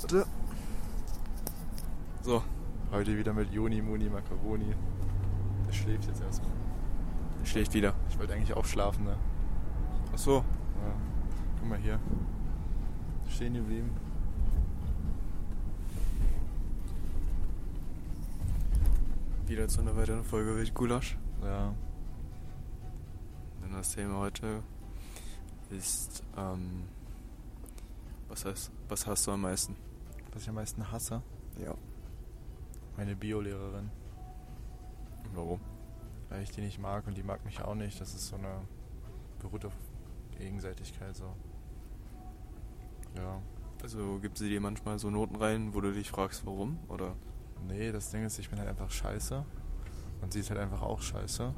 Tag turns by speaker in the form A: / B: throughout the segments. A: Warte.
B: So,
A: Heute wieder mit Joni, Muni, Macaroni. Der schläft jetzt erstmal.
B: schläft wieder.
A: Ich wollte eigentlich auch schlafen, ne?
B: Ach so,
A: Ja. Guck mal hier. Stehen geblieben.
B: wieder zu einer weiteren Folge Wildgulasch.
A: Ja.
B: Denn das Thema heute ist, ähm, was heißt, was hast du am meisten?
A: Was ich am meisten hasse?
B: Ja.
A: Meine Biolehrerin.
B: Warum?
A: Weil ich die nicht mag und die mag mich auch nicht. Das ist so eine. beruht auf Gegenseitigkeit so. Ja.
B: Also gibt sie dir manchmal so Noten rein, wo du dich fragst, warum? Oder?
A: Nee, das Ding ist, ich bin halt einfach scheiße. Und sie ist halt einfach auch scheiße.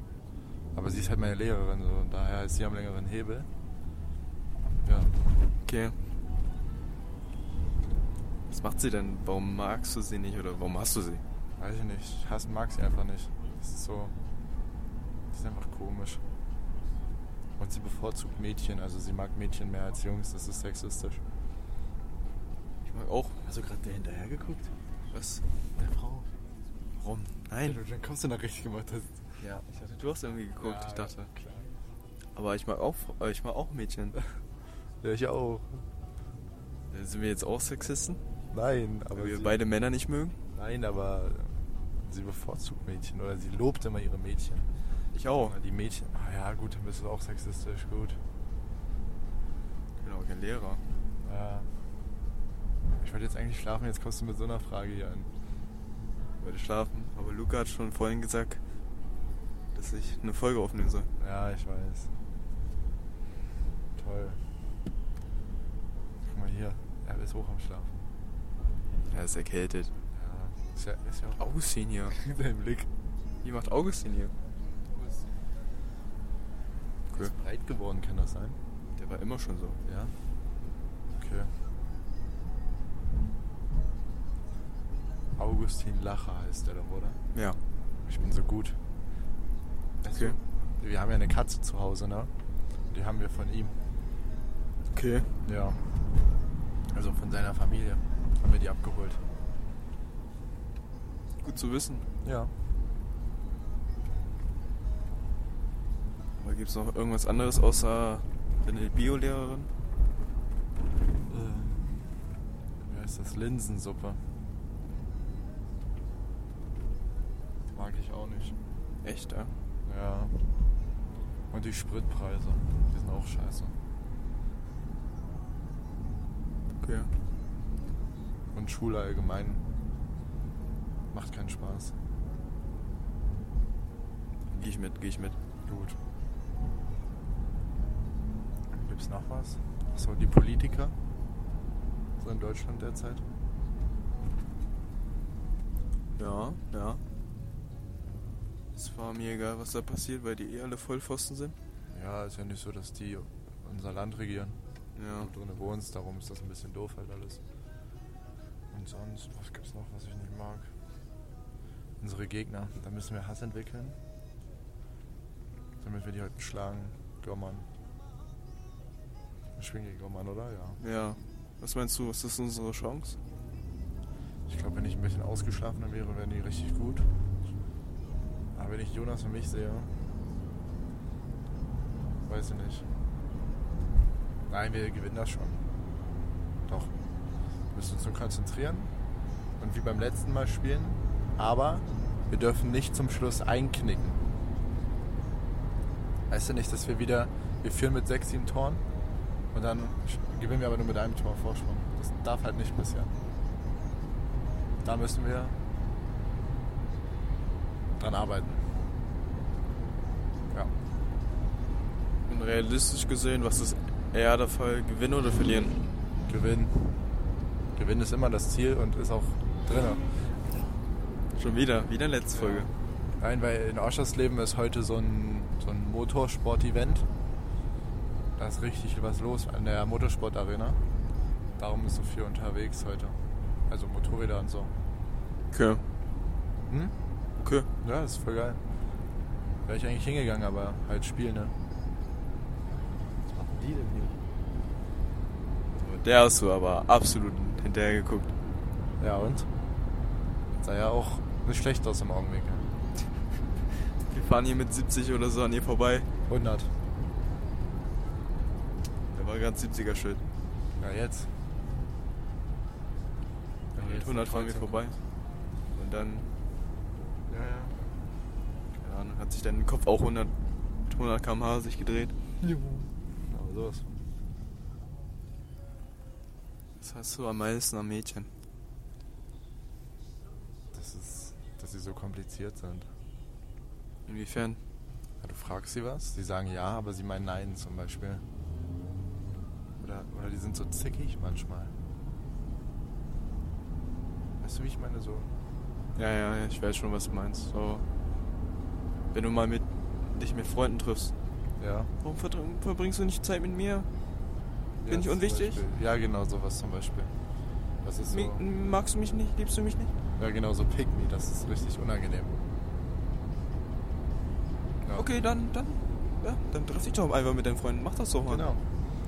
A: Aber sie ist halt meine Lehrerin so. Und daher ist sie am längeren Hebel. Ja.
B: Okay. Was macht sie denn? Warum magst du sie nicht oder warum hast du sie?
A: Weiß ich nicht. Hassen mag sie einfach nicht. Das ist so. Das ist einfach komisch. Und sie bevorzugt Mädchen, also sie mag Mädchen mehr als Jungs, das ist sexistisch.
B: Ich mag auch. also,
C: Hast du gerade der hinterher geguckt?
B: Was?
C: Der Frau.
B: Warum?
A: Wenn
B: Nein.
A: du den Kopf danach richtig gemacht hast.
C: Ja.
B: Ich dachte, du hast irgendwie geguckt,
A: Ja,
B: ich dachte.
A: Klar.
B: Aber ich mag auch, äh, ich mag auch Mädchen.
A: Ja, ich auch.
B: Sind wir jetzt auch Sexisten?
A: Nein, aber.
B: Weil wir
A: sie,
B: beide Männer nicht mögen?
A: Nein, aber sie bevorzugt Mädchen oder sie lobt immer ihre Mädchen.
B: Ich auch.
A: Aber Die Mädchen. Ah ja, gut, dann bist du auch sexistisch, gut.
B: Ich bin auch kein Lehrer.
A: Ja. Äh, Ich wollte jetzt eigentlich schlafen, jetzt kommst du mit so einer Frage hier an.
B: Ich wollte schlafen, aber Luca hat schon vorhin gesagt, dass ich eine Folge aufnehmen soll.
A: Ja, ich weiß. Toll. Guck mal hier. Er ist hoch am Schlafen.
B: Er ist erkältet.
A: Ja. Ist ja, ist ja auch.
B: Augustin hier.
A: Dein Blick.
B: Wie macht Augustin hier? Okay.
A: Ist breit geworden, kann das sein?
B: Der war immer schon so.
A: Ja. Okay. Augustin Lacher heißt der doch, oder?
B: Ja.
A: Ich bin so gut. Weißt
B: Okay.
A: du, Wir haben ja eine Katze zu Hause, ne? Die haben wir von ihm.
B: Okay.
A: Ja. Also von seiner Familie haben wir die abgeholt.
B: Gut zu wissen.
A: Ja.
B: Aber gibt es noch irgendwas anderes außer deine Biolehrerin?
A: Äh, Wie heißt das? Linsensuppe. Mag ich auch nicht.
B: Echt, ja?
A: Ja. Und die Spritpreise. Die sind auch scheiße.
B: Okay.
A: Und Schule allgemein. Macht keinen Spaß.
B: Geh ich mit, geh ich mit.
A: Gut. Gibt's noch was? So, die Politiker. So in Deutschland derzeit.
B: Ja, ja. Es war mir egal, was da passiert, weil die eh alle Vollpfosten sind.
A: Ja, ist ja nicht so, dass die unser Land regieren.
B: Ja.
A: Du drin wohnst, darum ist das ein bisschen doof halt alles. Und sonst, was gibt's noch, was ich nicht mag? Unsere Gegner, da müssen wir Hass entwickeln. Damit wir die heute schlagen. Gommern. Wir schwingen gegen Gommern, oder? Ja.
B: Ja. Was meinst du, ist das unsere Chance?
A: Ich glaube, wenn ich ein bisschen ausgeschlafener wäre, wären die richtig gut. Aber wenn ich Jonas und mich sehe, weiß ich nicht. Nein, wir gewinnen das schon. Doch. Wir müssen uns nur konzentrieren und wie beim letzten Mal spielen. Aber wir dürfen nicht zum Schluss einknicken. Weißt du nicht, dass wir wieder, wir führen mit sechs, sieben Toren und dann gewinnen wir aber nur mit einem Tor Vorsprung. Das darf halt nicht passieren. Da müssen wir dran arbeiten. Ja.
B: Und realistisch gesehen, was ist eher der Fall, gewinnen oder verlieren?
A: Gewinn. Gewinn ist immer das Ziel und ist auch drin.
B: Schon wieder, wieder letzte Folge.
A: Nein, weil in Oschersleben ist heute so ein, so ein Motorsport-Event. Da ist richtig was los an der Motorsportarena. Darum ist so viel unterwegs heute. Also Motorräder und so.
B: Okay,
A: Hm?
B: okay.
A: Ja, das ist voll geil. Wäre ich eigentlich hingegangen, aber halt Spiel, ne?
C: Was machen die denn hier?
B: Der hast du aber absolut hinterhergeguckt.
A: Ja, und? Sah ja auch nicht schlecht aus im Augenblick.
B: Wir fahren hier mit 70 oder so an ihr vorbei.
A: 100.
B: Da war gerade 70er Schild.
A: Ja, jetzt.
B: Ja,
A: Wenn
B: mit
A: jetzt
B: 100
A: die
B: fahren wir
A: Kreuzung-
B: vorbei. Und dann,
A: Ja, ja.
B: keine Ahnung, hat sich dann im Kopf auch 100, mit 100 km/h sich gedreht.
A: Aber sowas.
B: Das hast du am meisten am Mädchen.
A: Das ist, dass sie so kompliziert sind.
B: Inwiefern?
A: Ja, du fragst sie was, sie sagen ja, aber sie meinen nein zum Beispiel. Oder, oder die sind so zickig manchmal. Weißt du, wie ich meine? So,
B: Ja, ja, ja, ich weiß schon, was du meinst. So, wenn du mal mit, dich mit Freunden triffst,
A: ja.
B: warum verdr- verbringst du nicht Zeit mit mir? Bin ich
A: zum
B: unwichtig?
A: Beispiel. Ja, genau sowas zum Beispiel. Das ist so,
B: Mi- magst du mich nicht? Liebst du mich nicht?
A: ja genau so pick me, das ist richtig unangenehm. Ja.
B: Okay, dann, dann, ja, dann treff dich doch einfach mit deinen Freunden. Mach das doch mal.
A: Genau.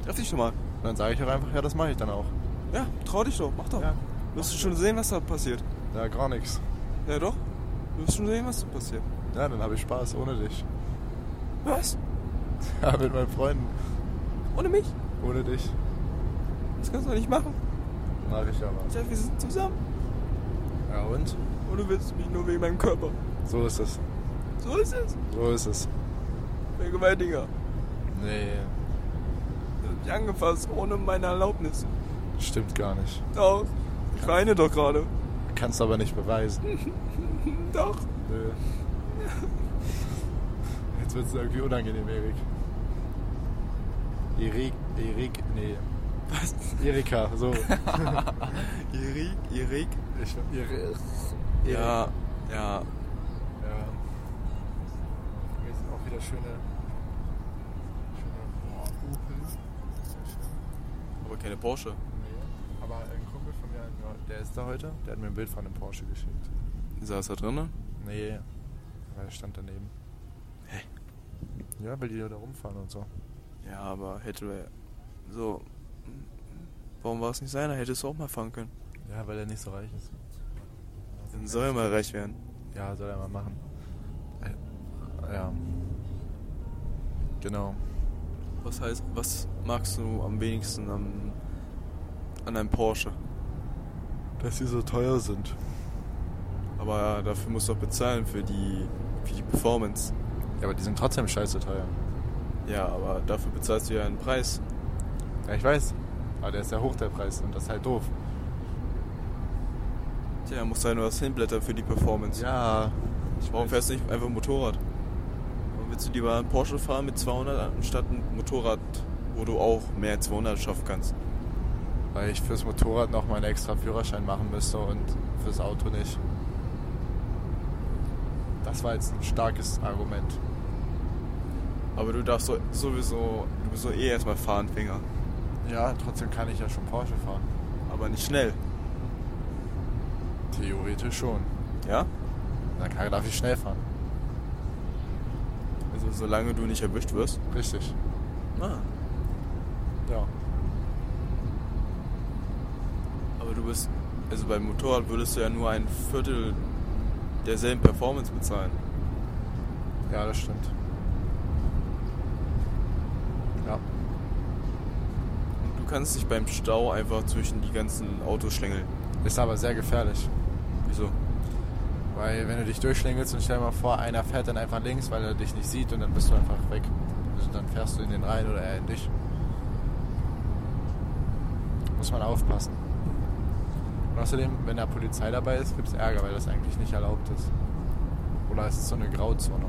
B: Treff dich doch mal.
A: Und dann sage ich auch einfach, ja, das mache ich dann auch.
B: Ja, trau dich doch, mach doch.
A: Ja,
B: Wirst du schon sehen, was da passiert.
A: ja gar nichts.
B: Ja doch. Du wirst schon sehen, was da passiert.
A: Ja, dann habe ich Spaß ohne dich.
B: Was?
A: Ja, mit meinen Freunden.
B: Ohne mich?
A: Ohne dich
B: Das kannst du doch nicht machen.
A: mache ich aber.
B: Jeff, wir sind zusammen.
A: Ja, und?
B: Und du willst mich nur wegen meinem Körper.
A: So ist es.
B: So ist es.
A: So ist es.
B: Vergewaltiger.
A: Nee,
B: Du hast mich angefasst, ohne meine Erlaubnis.
A: stimmt gar nicht.
B: Doch. Ich weine doch gerade.
A: Kannst aber nicht beweisen.
B: Doch.
A: Nö. Jetzt wird es irgendwie unangenehm, Erik. Erik, Erik, nee.
B: Was?
A: Erika, so.
B: Erik, Erik.
A: Ich, Erik.
B: Ja, ja.
A: Ja. Hier sind auch wieder schöne. schöne Opel.
B: Aber keine Porsche.
A: Nee. Aber ein Kumpel von mir, ja, der ist da heute, der hat mir ein Bild von einem Porsche geschickt.
B: Saß da drinne?
A: Nee, weil er stand daneben.
B: Hä?
A: Ja, weil die da rumfahren und so.
B: Ja, aber hätte er. So. hm, Warum war es nicht seiner? Hättest du auch mal fahren können.
A: Ja, weil er nicht so reich ist.
B: Dann soll er mal reich werden.
A: Ja, soll er mal machen. Äh, Ja. Genau.
B: Was heißt, was magst du am wenigsten am, an einem Porsche?
A: Dass sie so teuer sind.
B: Aber dafür musst du auch bezahlen für die, für die Performance.
A: Ja, aber die sind trotzdem scheiße teuer.
B: Ja, aber dafür bezahlst du ja einen Preis.
A: Ja, ich weiß. Aber der ist ja hoch, der Preis. Und das ist halt doof.
B: Tja, musst du halt nur was hinblättern für die Performance.
A: Ja. Ich
B: Warum
A: weiß.
B: fährst du nicht einfach Motorrad? Warum willst du lieber einen Porsche fahren mit 200 anstatt ein Motorrad, wo du auch mehr als 200 schaffen kannst?
A: Weil ich fürs Motorrad noch mal einen extra Führerschein machen müsste und fürs Auto nicht. Das war jetzt ein starkes Argument.
B: Aber du darfst so- sowieso, du bist so eh erstmal Fahranfänger.
A: Ja, trotzdem kann ich ja schon Porsche fahren.
B: Aber nicht schnell,
A: Theoretisch schon.
B: ja?
A: Dann kann, darf ich schnell fahren.
B: Also solange du nicht erwischt wirst.
A: Richtig.
B: Ah.
A: Ja.
B: Aber du bist, also beim Motorrad würdest du ja nur ein Viertel derselben Performance bezahlen.
A: Ja, das stimmt. Ja.
B: Und du kannst dich beim Stau einfach zwischen die ganzen Autos schlängeln.
A: Ist aber sehr gefährlich.
B: Wieso?
A: Weil wenn du dich durchschlängelst und stell dir mal vor, einer fährt dann einfach links, weil er dich nicht sieht und dann bist du einfach weg. Also dann fährst du in den rein oder er in dich. Muss man aufpassen. Und außerdem, wenn da Polizei dabei ist, gibt es Ärger, weil das eigentlich nicht erlaubt ist. Oder es ist so eine Grauzone.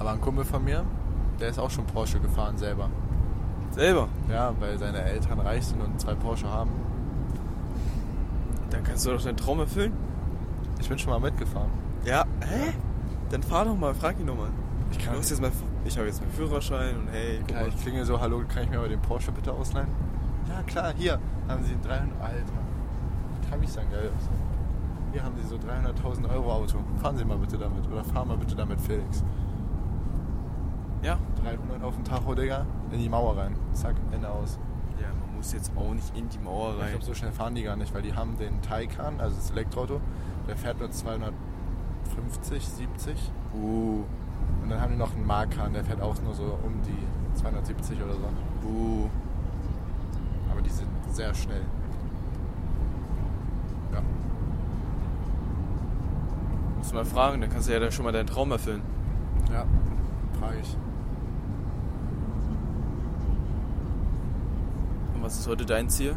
A: Aber ein Kumpel von mir, der ist auch schon Porsche gefahren selber.
B: Selber.
A: Ja, weil seine Eltern reich sind und zwei Porsche haben.
B: Dann kannst du doch deinen Traum erfüllen.
A: Ich bin schon mal mitgefahren.
B: Ja. Hä? Dann fahr doch mal, frag ihn doch mal.
A: Ich kann
B: du hast
A: nicht.
B: jetzt mein, ich habe jetzt meinen Führerschein und hey, guck
A: Ja,
B: mal.
A: ich klinge so, hallo, kann ich mir mal den Porsche bitte ausleihen? Ja, klar, hier haben sie ein 300, Alter, das kann ich sagen, geil. Hier haben sie so 300.000 Euro Auto. Fahren Sie mal bitte damit oder fahr mal bitte damit, Felix.
B: Ja.
A: 300 auf den Tacho, Digga, in die Mauer rein. Zack, Ende aus.
B: Ja, man muss jetzt auch nicht in die Mauer
A: Ich
B: rein.
A: glaube, so schnell fahren die gar nicht, weil die haben den Taycan, also das Elektroauto, der fährt nur 250, 70.
B: Buh,
A: Und dann haben die noch einen Makan, der fährt auch nur so um die 270 oder so.
B: buh.
A: Aber die sind sehr schnell. Ja.
B: Musst du mal fragen, dann kannst du ja da schon mal deinen Traum erfüllen.
A: Ja, frage ich.
B: Und was ist heute dein Ziel?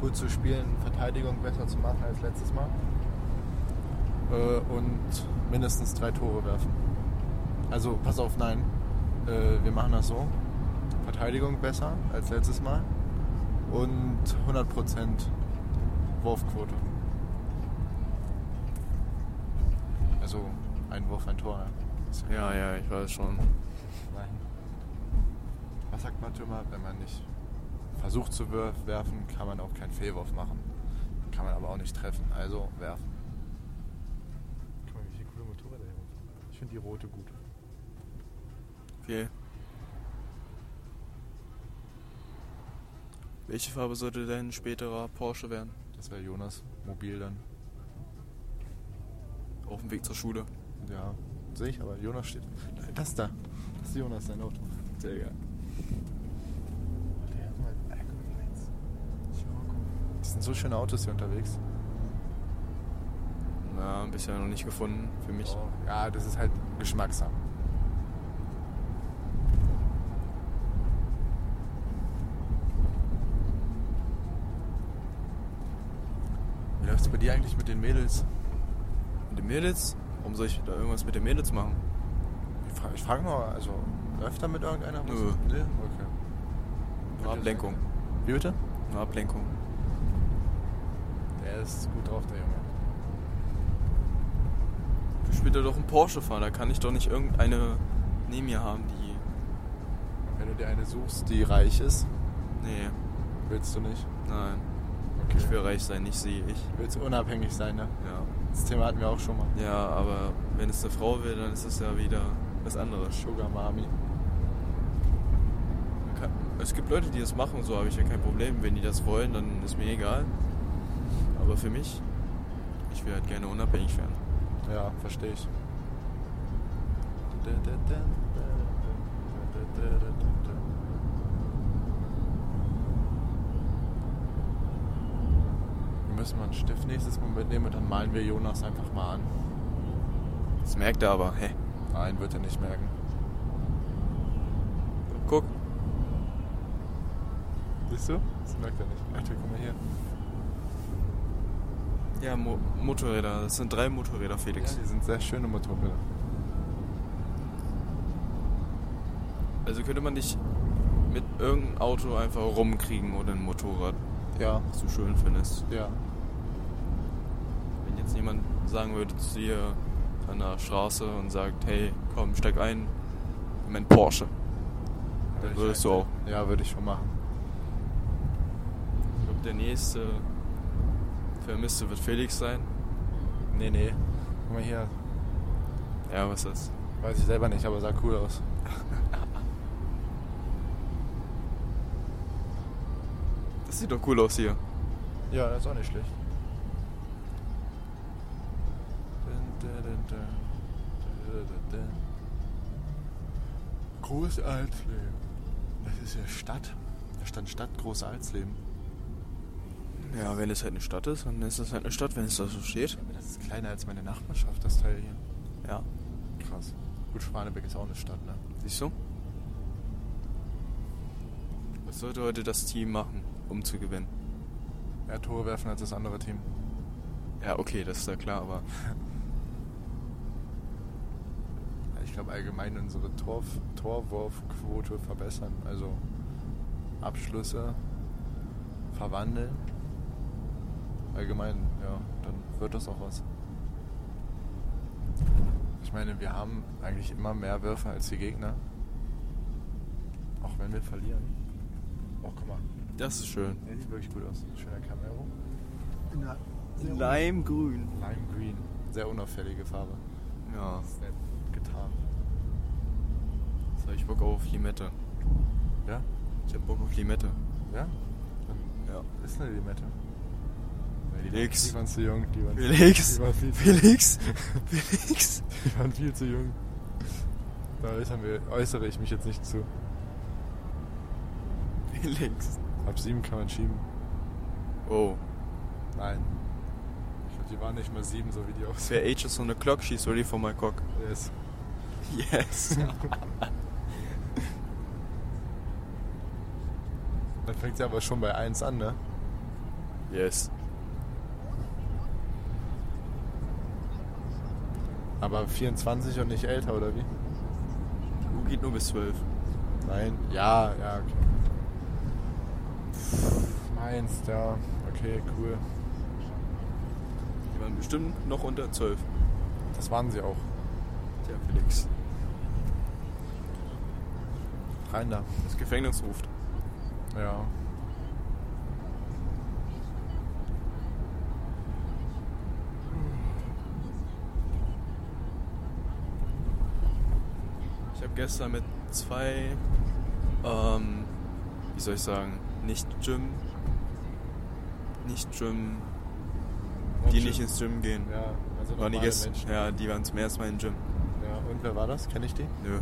A: Gut zu spielen, Verteidigung besser zu machen als letztes Mal. Äh, und mindestens drei Tore werfen. Also, pass auf, nein. Äh, wir machen das so. Verteidigung besser als letztes Mal. Und 100% Wurfquote. Also, ein Wurf, ein Tor. ja.
B: Ja, ja, ich weiß schon.
A: Nein. Was sagt man immer, wenn man nicht versucht zu wirf- werfen, kann man auch keinen Fehlwurf machen. Kann man aber auch nicht treffen. Also werfen.
C: Guck mal, wie viele coole Motorräder hier rumfahren. Ich finde die rote gut.
B: Okay. Welche Farbe sollte dein späterer Porsche werden?
A: Das wäre Jonas mobil dann.
B: Auf dem Weg zur Schule.
A: Ja, sehe ich, aber Jonas steht. Das da. Das ist Jonas, sein Auto.
B: Sehr geil.
C: Oh, der hat mal Alkohol eins. Ich will mal gucken.
A: Das sind so schöne Autos hier unterwegs.
B: Na, bisher noch nicht gefunden für mich.
A: Oh, Ja, das ist halt Geschmackssache. Wie läuft's bei dir eigentlich mit den Mädels?
B: Mit den Mädels? Warum soll ich da irgendwas mit den Mädels machen?
A: Ich frage, ich frag nur, also läuft da mit irgendeiner was?
B: Nö.
A: Nee? Okay.
B: Nur Ablenkung.
A: Wie bitte?
B: Nur Ablenkung.
A: Der ist gut drauf, der Junge.
B: Ich will später doch einen Porsche fahren, da kann ich doch nicht irgendeine neben mir haben, die.
A: Wenn du dir eine suchst, die reich ist,
B: Nee,
A: willst du nicht.
B: nein.
A: Okay.
B: Ich will reich sein, nicht sie, ich.
A: Willst unabhängig sein, ne?
B: Ja.
A: Das Thema hatten wir auch schon mal.
B: Ja, aber wenn es eine Frau will, dann ist es ja wieder was anderes.
A: Sugar Mami.
B: Man kann- Es gibt Leute, die das machen, so habe ich ja kein Problem. Wenn die das wollen, dann ist mir egal. Aber für mich, ich will halt gerne unabhängig werden.
A: Ja, verstehe ich. Wir müssen mal einen Stift nächstes Mal mitnehmen und dann malen wir Jonas einfach mal an.
B: Das merkt er aber, hä?
A: Nein, wird er nicht merken.
B: Guck,
A: Siehst du? Das merkt er nicht. Alter, guck mal hier.
B: ja, Mo Motorräder, das sind drei Motorräder, Felix.
A: Ja, die sind sehr schöne Motorräder.
B: Also könnte man dich mit irgendeinem Auto einfach rumkriegen oder ein Motorrad,
A: Ja.
B: was du schön findest.
A: Ja.
B: Wenn jetzt jemand sagen würde zu dir an der Straße und sagt, hey, komm, steig ein, in mein Porsche. Dann würdest du auch.
A: halt Ja, würde ich schon machen.
B: Ich glaube, der nächste Vermisste wird Felix sein.
A: Nee, nee. Guck mal hier.
B: Ja, was ist
A: Weiß ich selber nicht, aber sah cool aus.
B: das? Das sieht doch cool aus hier.
A: Ja, das ist auch nicht schlecht. Groß Alsleben. Das ist ja Stadt. Da stand Stadt Groß Alsleben.
B: Ja, wenn es halt eine Stadt ist, dann ist es halt eine Stadt, wenn es da so steht.
A: Aber das ist kleiner als meine Nachbarschaft, das Teil hier.
B: Ja,
A: Krass. Gut, Schwanebeck ist auch eine Stadt, ne?
B: siehst du? Was sollte heute das Team machen, um zu gewinnen?
A: Mehr Tore werfen als das andere Team.
B: Ja, okay, das ist ja klar, aber
A: Ich glaube allgemein unsere Tor Torwurfquote verbessern. Also Abschlüsse verwandeln. Allgemein, ja, dann wird das auch was. Ich meine, wir haben eigentlich immer mehr Würfe als die Gegner. Auch wenn wir verlieren. Oh, guck mal.
B: das ist schön.
A: Der sieht wirklich gut aus. Schöner Camaro.
C: Na,
B: Limegrün.
A: Lime Green. Sehr unauffällige Farbe.
B: Ja,
A: Ist nett getan.
B: jetzt habe ich Bock auf Limette.
A: Ja?
B: Ich habe Bock auf Limette.
A: Ja?
B: Ja.
A: Das ist eine Limette. Nee,
B: Felix.
A: Die waren zu jung. Die waren,
B: Felix.
A: Die waren, viel, zu,
B: Felix. Felix.
A: die waren viel zu jung. Da äußern wir, äußere ich mich jetzt nicht zu.
B: Felix.
A: Ab sieben kann man schieben.
B: Oh.
A: Nein. Ich glaube, die waren nicht mal sieben, so wie die aussehen.
B: Wer ages on the clock, she's ready for my cock.
A: Yes.
B: Yes.
A: Dann fängt sie aber schon bei 1 an, ne?
B: yes.
A: Aber 24 und nicht älter, oder wie?
B: U geht nur bis 12.
A: Nein. Ja, ja, okay. Meins, ja. Okay, cool.
B: Die waren bestimmt noch unter 12.
A: Das waren sie auch.
B: Tja, Felix.
A: Rein da.
B: Das Gefängnis ruft.
A: Ja.
B: Ich habe gestern mit zwei, ähm, wie soll ich sagen, nicht Gym, nicht Gym, die nicht ins Gym gehen.
A: Ja, also
B: Waren die
A: normale
B: gestern?
A: Menschen.
B: Ja, die waren zum ersten Mal im Gym.
A: ja. Und wer war das? Kenne ich die?
B: Nö,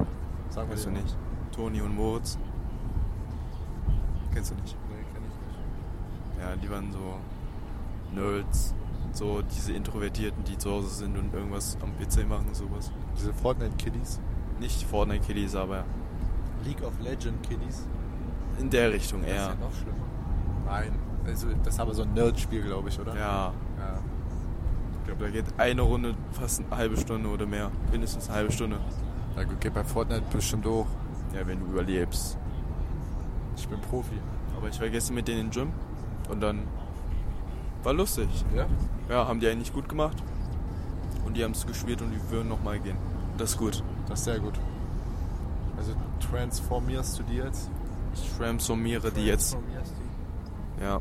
A: Sag mir
B: weißt du
A: die mal.
B: nicht. Toni und Moritz. Kennst du nicht?
A: Nee, kenne ich nicht.
B: Ja, die waren so Nerds. So diese Introvertierten, die zu Hause sind und irgendwas am PC machen und sowas.
A: Diese Fortnite-Kiddies.
B: Nicht Fortnite-Kiddies, aber
A: League of Legend-Kiddies.
B: in der Richtung eher.
A: noch schlimmer. Nein. Also, das ist aber so ein Nerd-Spiel, glaube ich, oder? Ähm,
B: Ja,
A: ja.
B: ich glaube, da geht eine Runde fast eine halbe Stunde oder mehr. Mindestens eine halbe Stunde.
A: Na gut, geht bei Fortnite bestimmt hoch.
B: Ja, wenn du überlebst.
A: Ich bin Profi.
B: Aber ich war gestern mit denen im Gym und dann war lustig.
A: Ja?
B: Ja, haben die eigentlich gut gemacht. Und die haben es gespielt und die würden nochmal gehen. Das ist gut.
A: Das ist sehr gut. Also transformierst du die jetzt?
B: Ich transformiere die jetzt. Ja.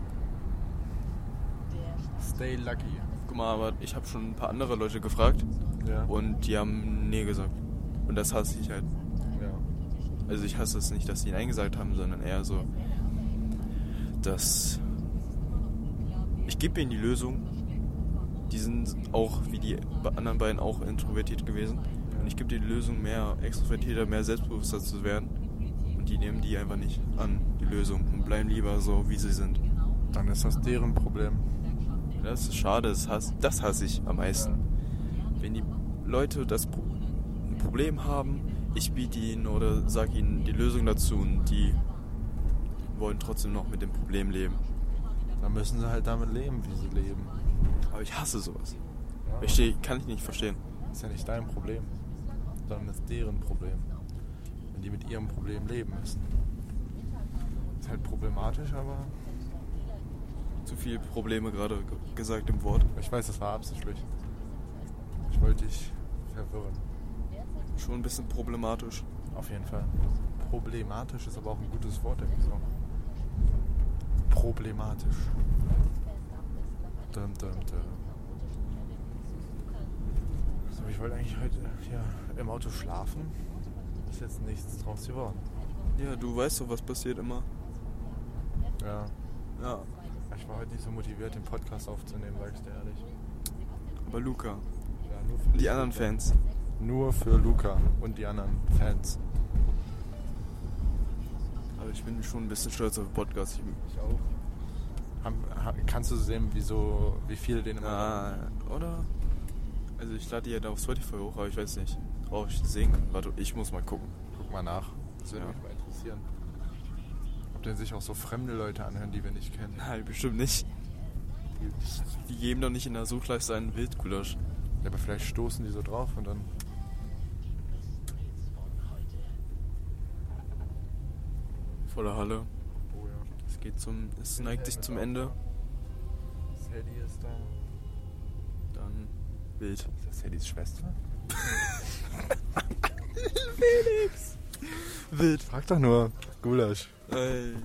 A: Stay lucky.
B: Guck mal, aber ich habe schon ein paar andere Leute gefragt
A: Ja.
B: und die haben nee gesagt. Und das hasse ich halt.
A: ja.
B: Also ich hasse es nicht, dass die nein gesagt haben, sondern eher so, dass ich gebe ihnen die Lösung. Die sind auch, wie die be- anderen beiden, auch introvertiert gewesen. Und ich gebe dir die Lösung, mehr extrovertierter, mehr selbstbewusster zu werden. Und die nehmen die einfach nicht an, die Lösung. Und bleiben lieber so, wie sie sind.
A: Dann ist das deren Problem.
B: Das ist schade, das hasse, das hasse ich am meisten. Wenn die Leute das Pro ein Problem haben, ich biete ihnen oder sage ihnen die Lösung dazu und die wollen trotzdem noch mit dem Problem leben.
A: Dann müssen sie halt damit leben, wie sie leben.
B: Aber ich hasse sowas.
A: Ja.
B: Verstehe, kann ich nicht verstehen.
A: Ist ja nicht dein Problem, sondern ist deren Problem. Wenn die mit ihrem Problem leben müssen. Ist halt problematisch, aber
B: Zu viele Probleme gerade ge- gesagt im Wort.
A: ich weiß, das war absichtlich. Ich wollte dich verwirren.
B: Schon ein bisschen problematisch.
A: Auf jeden Fall. Problematisch ist aber auch ein gutes Wort im Song. Problematisch. Dum, dum, dum. So, ich wollte eigentlich heute ja, im Auto schlafen. Ist jetzt nichts draus geworden.
B: Ja, du weißt doch, was passiert immer.
A: Ja.
B: Ja.
A: Ich war heute nicht so motiviert, den Podcast aufzunehmen, sag ich dir ehrlich.
B: Aber Luca,
A: Ja, nur für
B: die anderen Fans.
A: Nur für Luca und die anderen Fans.
B: Aber also ich bin schon ein bisschen stolz auf den Podcast. Ich,
A: Ich auch. Haben, ha- kannst du sehen, wieso, wie viele den immer
B: Ah, oder? Also ich lade die ja da auf Spotify hoch, aber ich weiß nicht, ob ich das sehen kann. Warte, ich muss mal gucken.
A: Guck mal nach. Das würde
B: Ja.
A: mich mal interessieren. Ob denn sich auch so fremde Leute anhören, die wir nicht kennen.
B: Nein, bestimmt nicht. Die geben doch nicht in der Suchleiste einen Wildgulasch.
A: Ja, aber vielleicht stoßen die so drauf und dann.
B: Voller Halle.
A: Oh ja.
B: Es geht zum. Es neigt sich zum Ende.
C: Das Handy ist da.
B: Dann wild.
A: Ist das Heddys Schwester?
B: Felix! Wild.
A: Frag doch nur. Gulasch.
B: Ey.